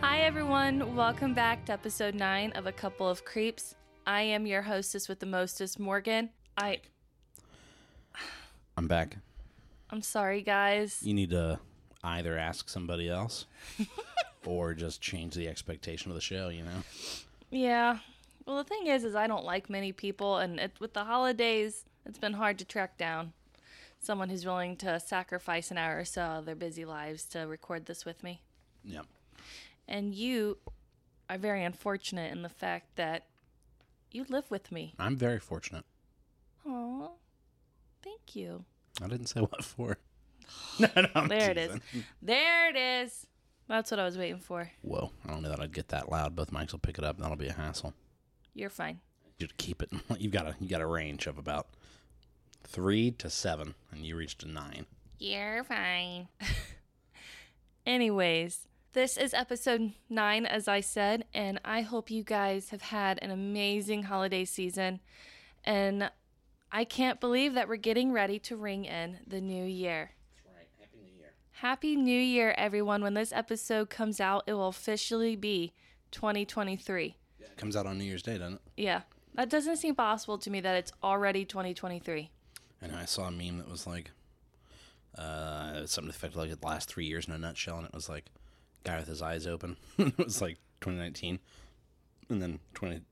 Hi, everyone. Welcome back to episode nine of A Couple of Creeps. I am your hostess with the mostest, Morgan. I, I'm back. I'm sorry, guys. You need to either ask somebody else or just change the expectation of the show, you know? Yeah. Well, the thing is, is I don't like many people, and it, with the holidays, it's been hard to track down someone who's willing to sacrifice an hour or so of their busy lives to record this with me. Yep. And you are very unfortunate in the fact that you live with me. I'm very fortunate. Oh, thank you. I didn't say what for. no, no, I'm There it is. teasing. There it is. That's what I was waiting for. Whoa, I don't know that I'd get that loud. Both mics will pick it up. That'll be a hassle. You're fine. You just keep it. You've got a you got a range of about three to seven, and you reached a nine. You're fine. Anyways, this is episode nine, as I said, and I hope you guys have had an amazing holiday season. And I can't believe that we're getting ready to ring in the new year. Right. Happy New Year. Happy New Year, everyone. When this episode comes out, it will officially be 2023. comes out on New Year's Day, doesn't it? Yeah, that doesn't seem possible to me that it's already 2023. And I saw a meme that was like, uh, something to the effect of like the last three years in a nutshell, and it was like, guy with his eyes open. it was like 2019, and then 20,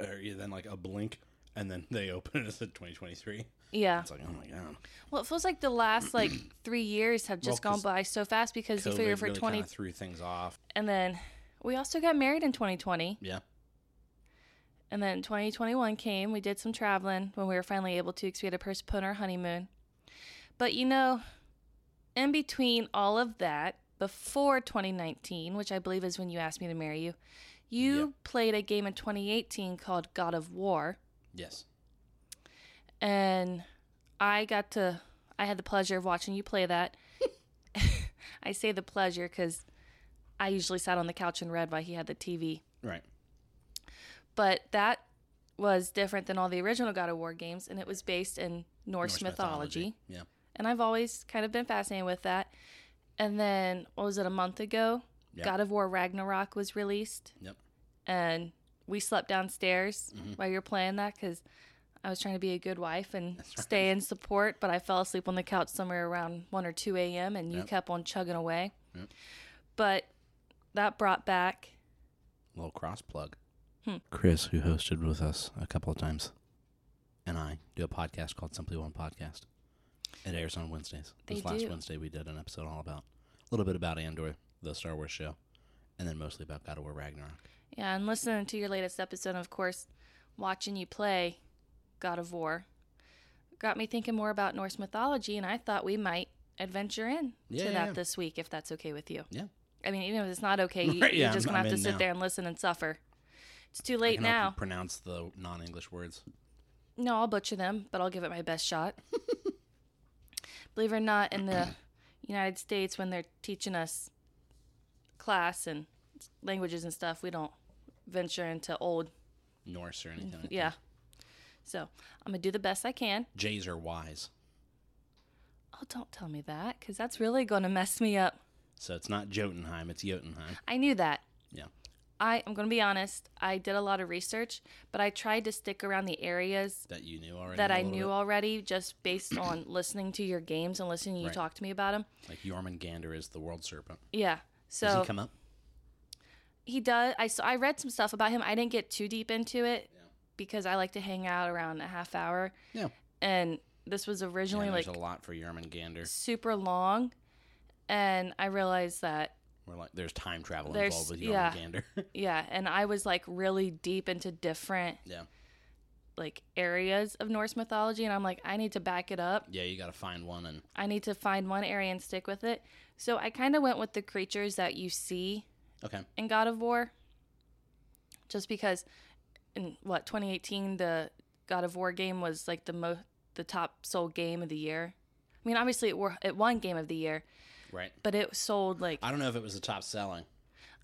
or yeah, then like a blink, and then they open it and it said 2023. Yeah. It's like, oh my god, Well, it feels like the last like three years have just Well, gone 'cause by so fast because you figure for really 20, kinda threw things off. and then we also got married in 2020, Yeah, and then 2021 came. We did some traveling when we were finally able to because we had to postpone our honeymoon. But you know, in between all of that, before 2019, which I believe is when you asked me to marry you, you Yeah. played a game in 2018 called God of War. yes, and I got to I had the pleasure of watching you play that. I say the pleasure cuz I usually sat on the couch and read while he had the TV. right. But that was different than all the original God of War games and it was based in Norse, Norse mythology. Yeah, And I've always kind of been fascinated with that. And then what was it a month ago? Yeah. God of War Ragnarok was released yep. Mm-hmm. and we slept downstairs while you were playing that because I was trying to be a good wife and stay in support, but I fell asleep on the couch somewhere around 1 or 2 a.m. and you Yep. kept on chugging away. Yep. But that brought back, little cross plug. Hmm. Chris, who hosted with us a couple of times, and I do a podcast called Simply One Podcast. It airs on Wednesdays. They this last do. Wednesday, we did an episode all about a little bit about Andor, the Star Wars show, and then mostly about God of War Ragnarok. yeah, and listening to your latest episode, of course, watching you play God of War got me thinking more about Norse mythology, and I thought we might adventure in to Yeah, yeah, that yeah. this week if that's okay with you. Yeah, I mean, even if it's not okay, you, Right, yeah, you're just I'm- gonna I'm have to in sit now. there and listen and suffer. It's too I late can now. often pronounce the non-English words. No, I'll butcher them, but I'll give it my best shot. Believe it or not, in the United States, when they're teaching us class and languages and stuff, we don't venture into old. Norse or anything. like that. Yeah. So I'm going to do the best I can. J's are Y's, Oh, don't tell me that, because that's really going to mess me up. so it's not Jotunheim, it's Jotunheim. I knew that. Yeah, I, I'm going to be honest. I did a lot of research, but I tried to stick around the areas that you knew already. that a I little knew already just based on listening to your games and listening to you Right. talk to me about them. bit. Like Jormungandr is the world serpent. Yeah. So Does he come up? he does i saw i read some stuff about him i didn't get too deep into it Yeah. because i like to hang out around a half hour Yeah. and this was Yeah, originally like there's a lot for Jormungandr. super long and i realized that We're like, there's time travel There's- involved with yeah. Jormungandr. yeah and i was like really deep into different yeah, like areas of norse mythology and i'm like i need to back it up yeah, you got to find one, and i need to find one area and stick with it so i kind of went with the creatures that you see okay, in God of War. Just because in what 2018 the God of War game was like the mo the top sold game of the year. I mean, obviously it, were, it won game of the year, right. but it sold like I don't know if it was the top selling.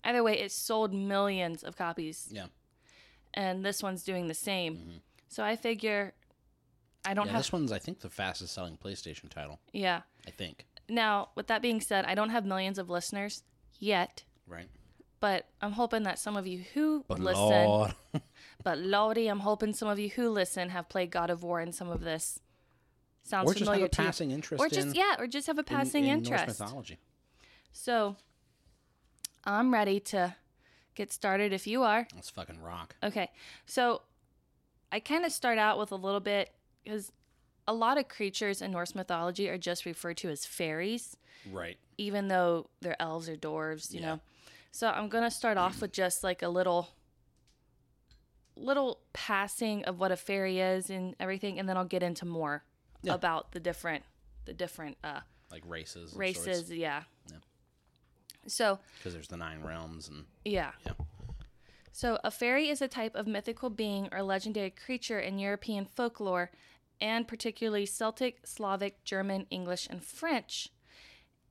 either way it sold millions of copies Yeah, Mm-hmm. and this one's doing the same. So I figure I don't yeah. have This one's, I think, the fastest selling PlayStation title. yeah. I think. Now, with that being said, I don't have millions of listeners yet, Right. But I'm hoping that some of you who But listen, Lord, but Lordy, I'm hoping some of you who listen have played God of War and some of this sounds or just have familiar a to you. passing interest or just in, yeah, or just have a in- passing in Norse interest. mythology. So I'm ready to get started if you are. Let's fucking rock. Okay. So I kind of start out with a little bit because a lot of creatures in Norse mythology are just referred to as fairies, Right. even though they're elves or dwarves, you Yeah. know. So I'm going to start off with just like a little little passing of what a fairy is and everything and then I'll get into more Yeah. about the different the different uh Like races. races, yeah. Yeah. So, Because there's the nine realms and yeah. yeah. So, a fairy is a type of mythical being or legendary creature in European folklore, and particularly Celtic, Slavic, German, English, and French.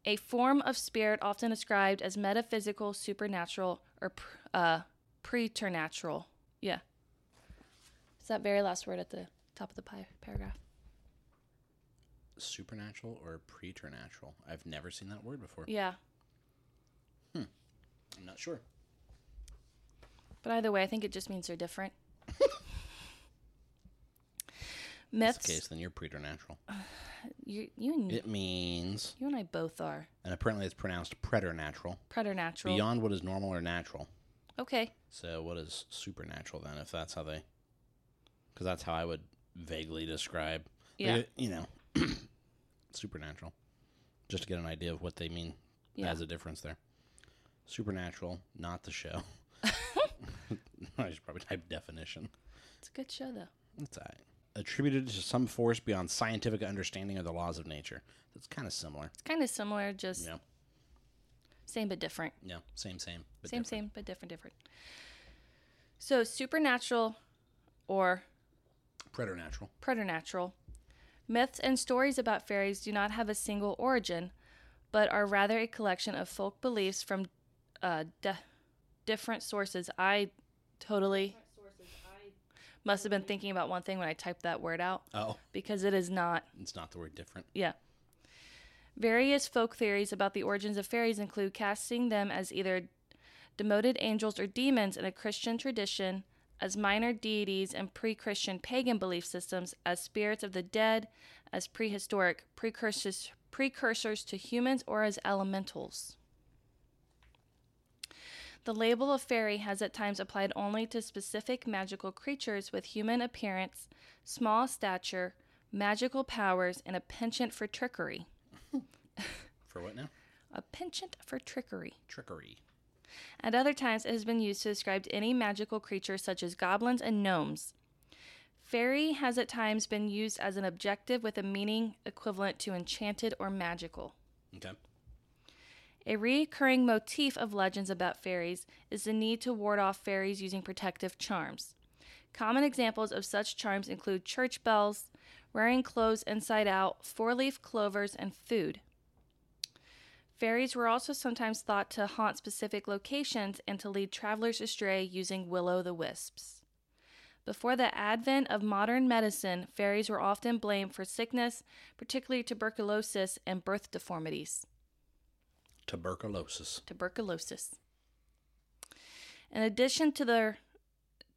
A form of spirit often described as metaphysical, supernatural, or pr- uh, preternatural. Yeah. It's that very last word at the top of the pi- paragraph. Supernatural or preternatural? I've never seen that word before. Yeah. I'm not sure. But either way, I think it just means they're different. Myths. That's the case, then you're preternatural. Oh. You, you, and, It means, you and I both are. and apparently it's pronounced preternatural, Preternatural. beyond what is normal or natural. Okay. So what is supernatural then? If that's how they, because that's how I would vaguely describe. like, Yeah. uh, you know, supernatural, just to get an idea of what they mean Yeah. as a difference there. Supernatural, not the show. I should probably type definition. It's a good show, though. It's all right. attributed to some force beyond scientific understanding or the laws of nature. That's kind of similar. It's kind of similar, just Yeah, same but different. yeah, same, same, but same, different. same but different, different. So, supernatural or Preternatural. preternatural. Myths and stories about fairies do not have a single origin, but are rather a collection of folk beliefs from uh, de- different sources. I totally must have been thinking about one thing when I typed that word out Oh, because it is not it's not the word different. Yeah. Various folk theories about the origins of fairies include casting them as either demoted angels or demons in a Christian tradition, as minor deities in pre Christian pagan belief systems, as spirits of the dead, as prehistoric precursors, precursors to humans, or as elementals. The label of fairy has at times applied only to specific magical creatures with human appearance, small stature, magical powers, and a penchant for trickery. For what now? A penchant for trickery. Trickery. At other times, it has been used to describe any magical creature such as goblins and gnomes. Fairy has at times been used as an objective with a meaning equivalent to enchanted or magical. Okay. A recurring motif of legends about fairies is the need to ward off fairies using protective charms. Common examples of such charms include church bells, wearing clothes inside out, four leaf clovers, and food. Fairies were also sometimes thought to haunt specific locations and to lead travelers astray using will o' the wisps. Before the advent of modern medicine, fairies were often blamed for sickness, particularly tuberculosis and birth deformities Tuberculosis. tuberculosis. In addition to their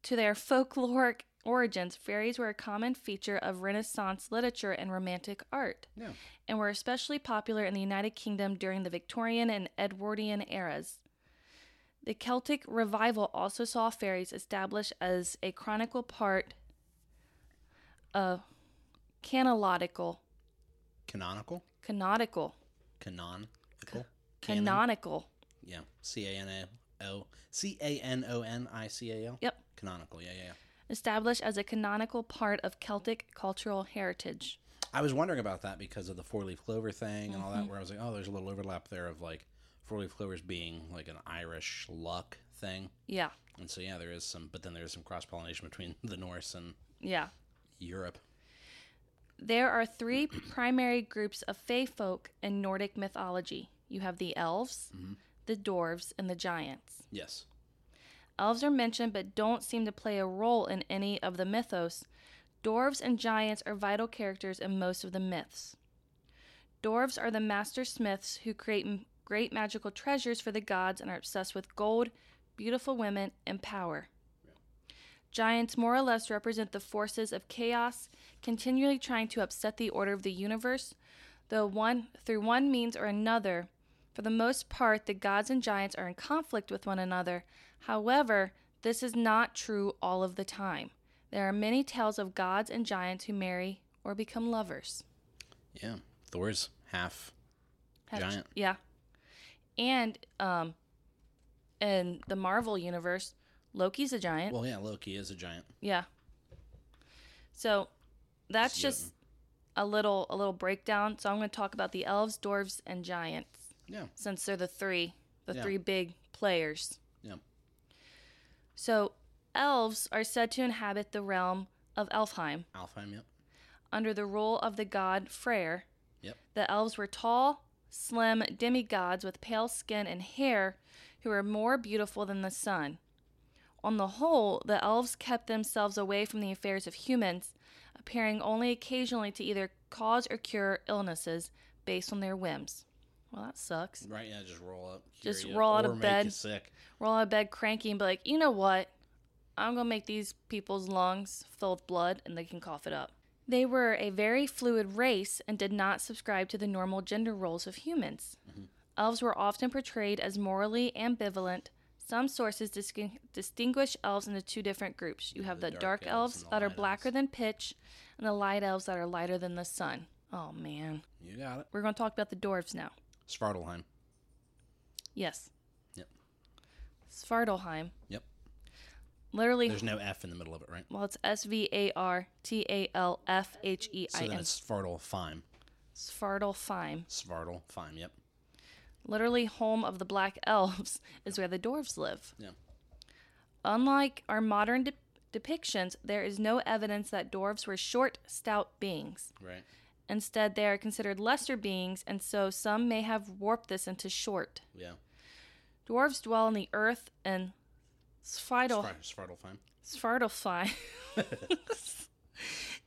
to their folkloric origins, fairies were a common feature of Renaissance literature and romantic art, Yeah. and were especially popular in the United Kingdom during the Victorian and Edwardian eras. The Celtic revival also saw fairies established as a chronicle part of canonical Canonical. canonical Canonical. Canon. canonical. Yeah. C A N A O C A N O N I C A L. Yep. Canonical. Yeah, yeah, yeah. established as a canonical part of Celtic cultural heritage. I was wondering about that because of the four leaf clover thing and all that, where I was like, oh, there's a little overlap there of like four leaf clovers being like an Irish luck thing. Yeah, And so, yeah, there is some, but then there's some cross pollination between the Norse and yeah. Europe. There are three primary groups of fae folk in Nordic mythology you have the elves, the dwarves, and the giants. Yes. Elves are mentioned but don't seem to play a role in any of the mythos. Dwarves and giants are vital characters in most of the myths. Dwarves are the master smiths who create m- great magical treasures for the gods and are obsessed with gold, beautiful women, and power. Giants more or less represent the forces of chaos, continually trying to upset the order of the universe, though one through one means or another. For the most part, the gods and giants are in conflict with one another. However, this is not true all of the time. There are many tales of gods and giants who marry or become lovers. Yeah. Thor's half. Have- Giant. Yeah. And um in the Marvel universe, Loki's a giant. Well, yeah, Loki is a giant. yeah. So that's It's just a little a little breakdown. So I'm going to talk about the elves, dwarves, and giants Yeah. since they're the three, the Yeah. three big players. Yeah. So elves are said to inhabit the realm of Elfheim Alfheim, yep. under the rule of the god Freyr. Yep. The elves were tall, slim demigods with pale skin and hair who were more beautiful than the sun. On the whole, the elves kept themselves away from the affairs of humans, appearing only occasionally to either cause or cure illnesses based on their whims. Well, that sucks. Right, yeah, just roll up. cure Just you, roll out or of make You bed. sick. Roll out of bed cranky and be like, you know what? I'm going to make these people's lungs fill with blood and they can cough it up. They were a very fluid race and did not subscribe to the normal gender roles of humans. Mm-hmm. Elves were often portrayed as morally ambivalent. Some sources distin- distinguish elves into two different groups. You have the, dark, elves, and the that are light blacker elves. than pitch, and the light elves that are lighter than the sun. Oh man. You got it. We're going to talk about the dwarves now. Svartalheim. Yes. Yep. Svartalheim. Yep. Literally There's no F in the middle of it, right? Well, it's S V A R T A L F H E So I then N. it's Svartalfheim. Svartalfheim. Svartalfheim, yep. Literally, home of the black elves is where the dwarves live. Yeah. Unlike our modern de- depictions, there is no evidence that dwarves were short, stout beings. Right. Instead, they are considered lesser beings, and so some may have warped this into short. Yeah. Dwarves dwell in the earth and Svartal. Svar- Svartalfheim. Svartalfheim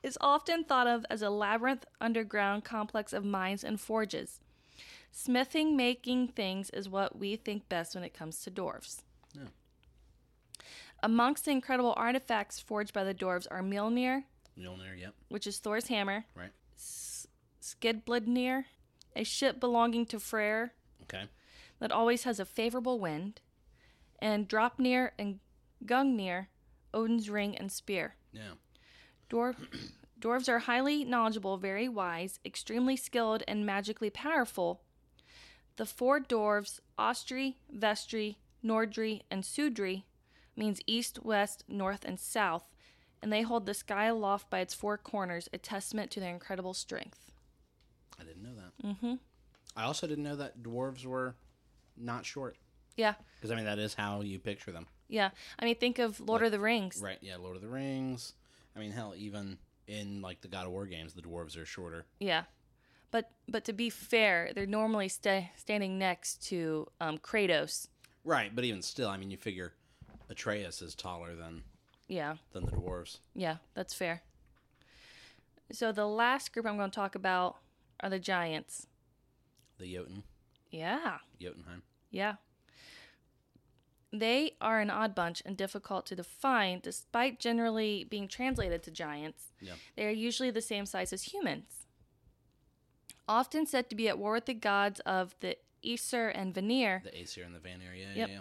is often thought of as a labyrinth underground complex of mines and forges. Smithing, making things is what we think best when it comes to dwarves. Yeah. Amongst the incredible artifacts forged by the dwarves are Mjolnir, Mjolnir, yep. which is Thor's hammer, Right. Skidbladnir, a ship belonging to Freyr Okay. that always has a favorable wind, and Dropnir and Gungnir, Odin's ring and spear. Yeah. Dwarf, dwarves are highly knowledgeable, very wise, extremely skilled, and magically powerful. The four dwarves, Ostri, Vestri, Nordri, and Sudri, means east, west, north, and south, and they hold the sky aloft by its four corners, a testament to their incredible strength. I didn't know that. Mm-hmm. I also didn't know that dwarves were not short. Yeah, Because, I mean, that is how you picture them. yeah. I mean, think of Lord of the Rings. Right. Yeah. Lord of the Rings. I mean, hell, even in, like, the God of War games, the dwarves are shorter. Yeah. But, but to be fair, they're normally sta- standing next to um, Kratos. Right. But even still, I mean, you figure Atreus is taller than, Yeah. than the dwarves. Yeah, that's fair. So the last group I'm going to talk about are the giants. The Jotun. Yeah, Jotunheim. yeah. They are an odd bunch and difficult to define, despite generally being translated to giants. Yeah. They are usually the same size as humans. Often said to be at war with the gods of the Aesir and Vanir, The Aesir and the Vanir. Yeah. Yep. Yeah.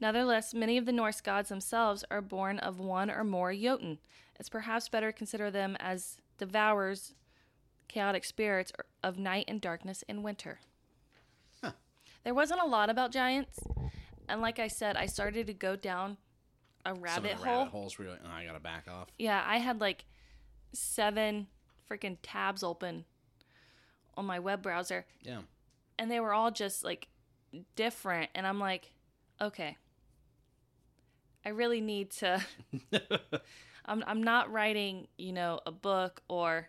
Nevertheless, many of the Norse gods themselves are born of one or more Jotun. It's perhaps better to consider them as devourers, chaotic spirits of night and darkness and winter. Huh. There wasn't a lot about giants, and like I said, I started to go down a yeah. Some of rabbit the hole. rabbit holes where you're like, oh, I got to back off. Yeah, I had like seven freaking tabs open on my web browser, Yeah. and they were all just like different and i'm like okay i really need to I'm, I'm not writing you know a book or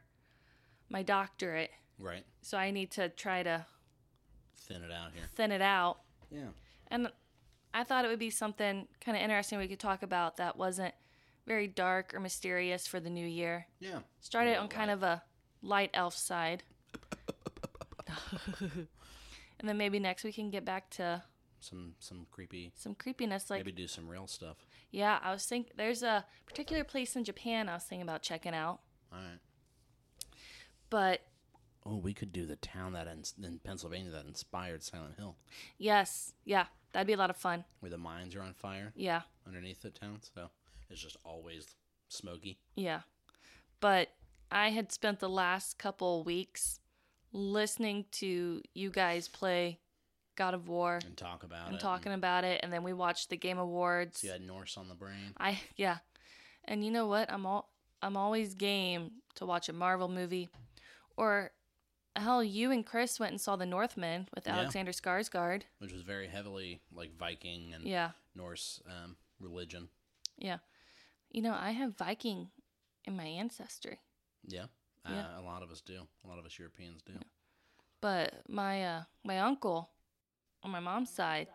my doctorate Right. so i need to try to Thin it out here. thin it out Yeah. and i thought it would be something kind of interesting we could talk about that wasn't very dark or mysterious for the new year Yeah. started Yeah, on kind of a light elf side and then maybe next we can get back to some some creepy. Some creepiness, like maybe do some real stuff. yeah, I was think there's a particular place in Japan I was thinking about checking out, All right. but Oh, we could do the town that in, in Pennsylvania that inspired Silent Hill, yes, yeah, that'd be a lot of fun. where the mines are on fire Yeah, underneath the town. So it's just always smoky. yeah, but I had spent the last couple weeks listening to you guys play God of War And talk about and it. talking about it, and then we watched the Game Awards. So you had Norse on the brain. I yeah. And you know what? I'm all I'm always game to watch a Marvel movie. Or hell, you and Chris went and saw The Northman with Yeah. Alexander Skarsgård. which was very heavily like Viking and Yeah. Norse um, religion. Yeah. You know, I have Viking in my ancestry. Yeah. Uh, Yeah. A lot of us do. A lot of us Europeans do. But my uh my uncle on my mom's side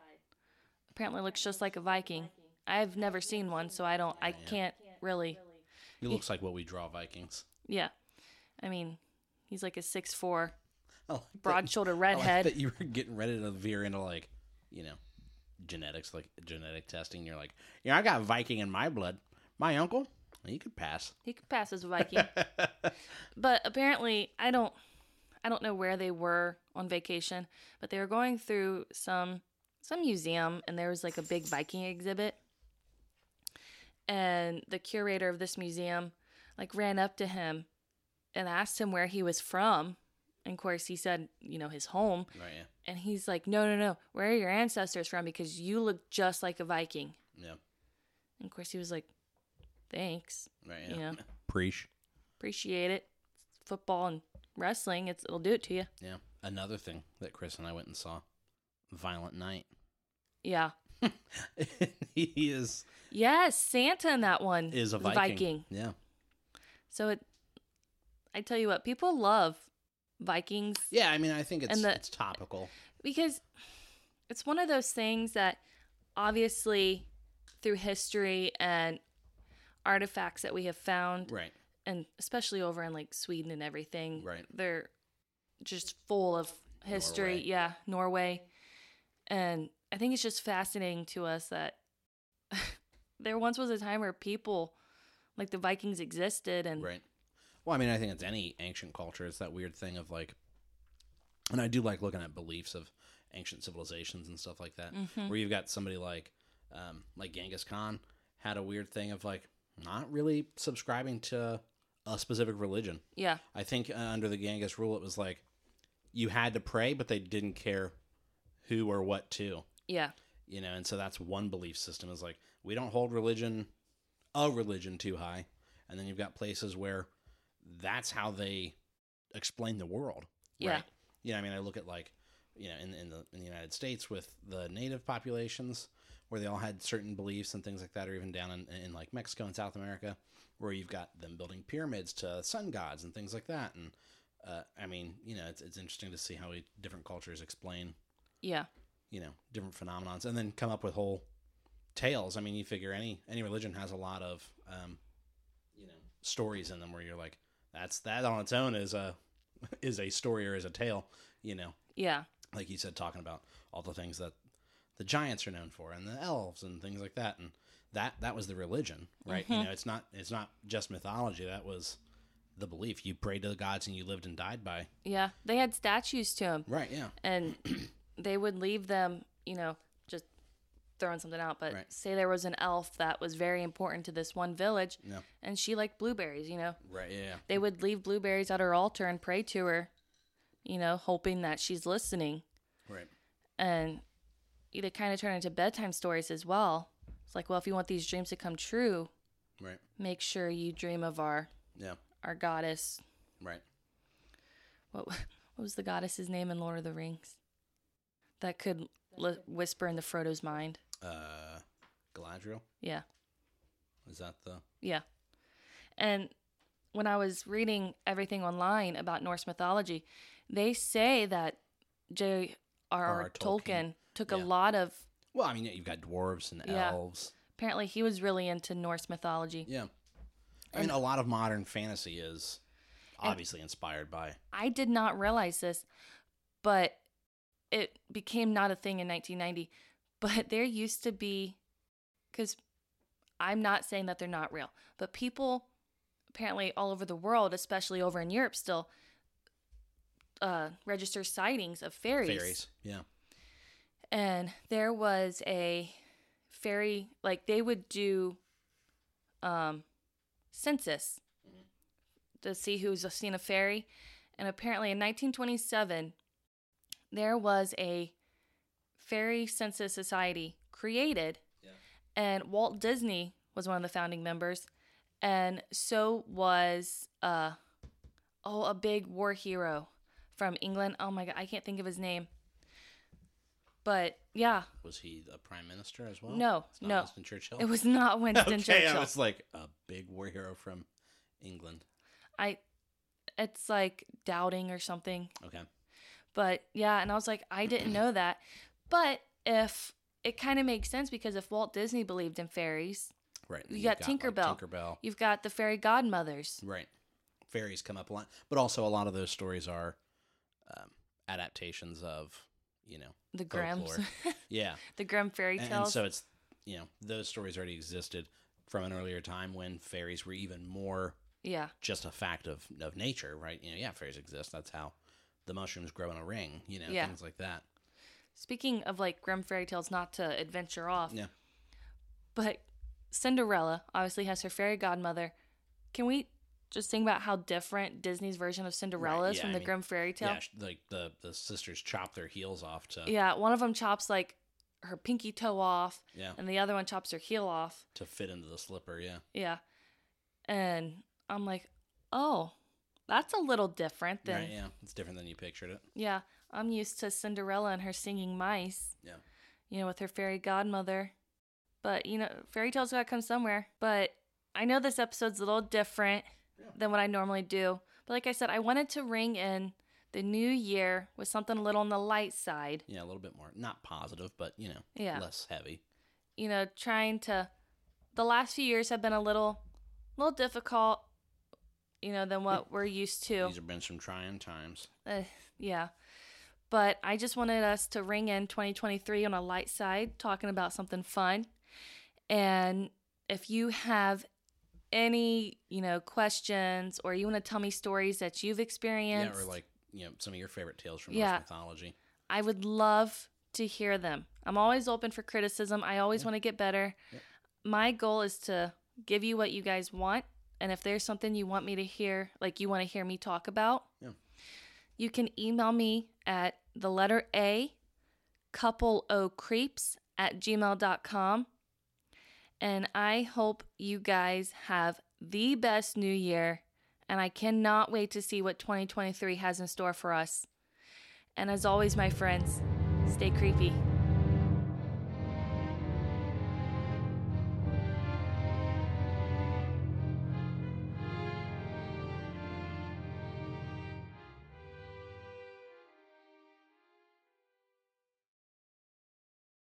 apparently looks just like a Viking. I've never seen one, so I don't I can't really It looks like what we draw Vikings. yeah. I mean, he's like a six four I like that- broad shoulder I like redhead. that you were getting ready to veer into like, you know, genetics, like genetic testing. You're like, yeah, I got Viking in my blood. My uncle, he could pass. He could pass as a Viking. but apparently, I don't I don't know where they were on vacation, but they were going through some some museum and there was like a big Viking exhibit. And the curator of this museum like ran up to him and asked him where he was from. And of course, he said, you know, his home. Right? And he's like, no, no, no, where are your ancestors from? Because you look just like a Viking. Yeah. Yeah. And of course, he was like, thanks. Right? You know? Preach. appreciate it. Football and wrestling, it's it'll do it to you. Yeah. Another thing that Chris and I went and saw, Violent Night. Yeah. he is Yes, Santa in that one is a was Viking. Yeah. So it, I tell you what, people love Vikings Yeah. I mean, I think it's the- it's topical. because it's one of those things that obviously through history and artifacts that we have found Right. and especially over in like Sweden and everything. Right. They're just full of history. Norway. Yeah, Norway. And I think it's just fascinating to us that there once was a time where people like the Vikings existed and Right. Well, I mean, I think it's any ancient culture. It's that weird thing of like, and I do like looking at beliefs of ancient civilizations and stuff like that, where you've got somebody like, um, like Genghis Khan had a weird thing of like not really subscribing to a specific religion. yeah, I think uh, under the Genghis rule, it was like you had to pray, but they didn't care who or what to, yeah, you know. And so that's one belief system is like we don't hold religion, a religion too high. And then you've got places where that's how they explain the world. Yeah. Right? You know, I mean, I look at like, you know, in, in the in the United States with the native populations where they all had certain beliefs and things like that, or even down in, in like Mexico and South America, where you've got them building pyramids to sun gods and things like that. And uh, I mean, you know, it's, it's interesting to see how we, different cultures explain, yeah, you know, different phenomenons and then come up with whole tales. I mean, you figure any any religion has a lot of, um, you know, stories in them where you're like, that's that on its own is a is a story or is a tale, you know yeah, like you said, talking about all the things that the giants are known for and the elves and things like that. And that that was the religion, right? You know, it's not it's not just mythology. That was the belief. You prayed to the gods and you lived and died by. yeah. They had statues to him Right. Yeah. and they would leave them, you know, just throwing something out, but Right. say there was an elf that was very important to this one village Yeah. and she liked blueberries, you know. Right. Yeah. yeah. they would leave blueberries at her altar and pray to her, you know, hoping that she's listening. Right. And they kind of turn into bedtime stories as well. It's like, well, if you want these dreams to come true, Right. make sure you dream of our Yeah. our goddess. Right. What what was the goddess's name in Lord of the Rings? That could li- whisper into Frodo's mind. Uh, Galadriel Yeah, is that the yeah. And when I was reading everything online about Norse mythology, they say that R.R. J.R.R. Tolkien. Tolkien, took Yeah. a lot of. well? I mean, yeah, you've got dwarves and Yeah. elves. Apparently, he was really into Norse mythology. Yeah. I mean, a lot of modern fantasy is obviously inspired by. I did not realize this, but it became not a thing in 1990. but there used to be, because I'm not saying that they're not real, but people apparently all over the world, especially over in Europe still, uh, register sightings of fairies. Fairies. Yeah. And there was a fairy, like they would do um, census to see who's seen a fairy. And apparently in 1927, there was a fairy census society created. Yeah. And Walt Disney was one of the founding members. And so was, uh, oh, a big war hero from England. Oh my God, I can't think of his name. But yeah, Was he the prime minister as well? No, It's not no. Winston Churchill. it was not Winston okay, Churchill. I was like a big war hero from England. I it's like doubting or something. Okay. But yeah, and I was like, I didn't know that. But if it kind of makes sense because if Walt Disney believed in fairies, Right. You You've got like, Tinkerbell. Tinkerbell. you've got the fairy godmothers. Right. Fairies come up a lot, but also a lot of those stories are um, adaptations of, you know, The Grimm's folklore. yeah. the Grimm fairy Oh, And, and tales. so it's, you know, those stories already existed from an earlier time when fairies were even more yeah. just a fact of, of nature, right? You know, yeah, fairies exist. That's how the mushrooms grow in a ring, you know, Yeah. things like that. Speaking of like Grimm fairy tales, not to adventure off. Yeah. But Cinderella obviously has her fairy godmother. Can we just think about how different Disney's version of Cinderella is yeah, from I the mean, Grimm fairy tale? Yeah, sh- like the, the sisters chop their heels off to Yeah, one of them chops like her pinky toe off, yeah and the other one chops her heel off. to fit into the slipper, yeah. Yeah. And I'm like, oh, that's a little different than. Right, yeah. It's different than you pictured it. yeah, I'm used to Cinderella and her singing mice, Yeah. you know, with her fairy godmother. But, you know, fairy tales gotta come somewhere. But I know this episode's a little different Yeah. than what I normally do. But like I said, I wanted to ring in the new year with something a little on the light side. Yeah, a little bit more. Not positive, but you know, Yeah. less heavy. you know, trying to the last few years have been a little little difficult, you know, than what we're used to. These have been some trying times. Uh, yeah. But I just wanted us to ring in 2023 on a light side, talking about something fun. And if you have any, you know, questions or you want to tell me stories that you've experienced, Yeah, or like you know, some of your favorite tales from Yeah. Norse mythology. I would love to hear them. I'm always open for criticism. I always want to get better. Yeah. My goal is to give you what you guys want. And if there's something you want me to hear, like you want to hear me talk about, Yeah. you can email me at the letter A, couple O creeps at gmail.com. And I hope you guys have the best new year. And I cannot wait to see what 2023 has in store for us. And as always, my friends, stay creepy.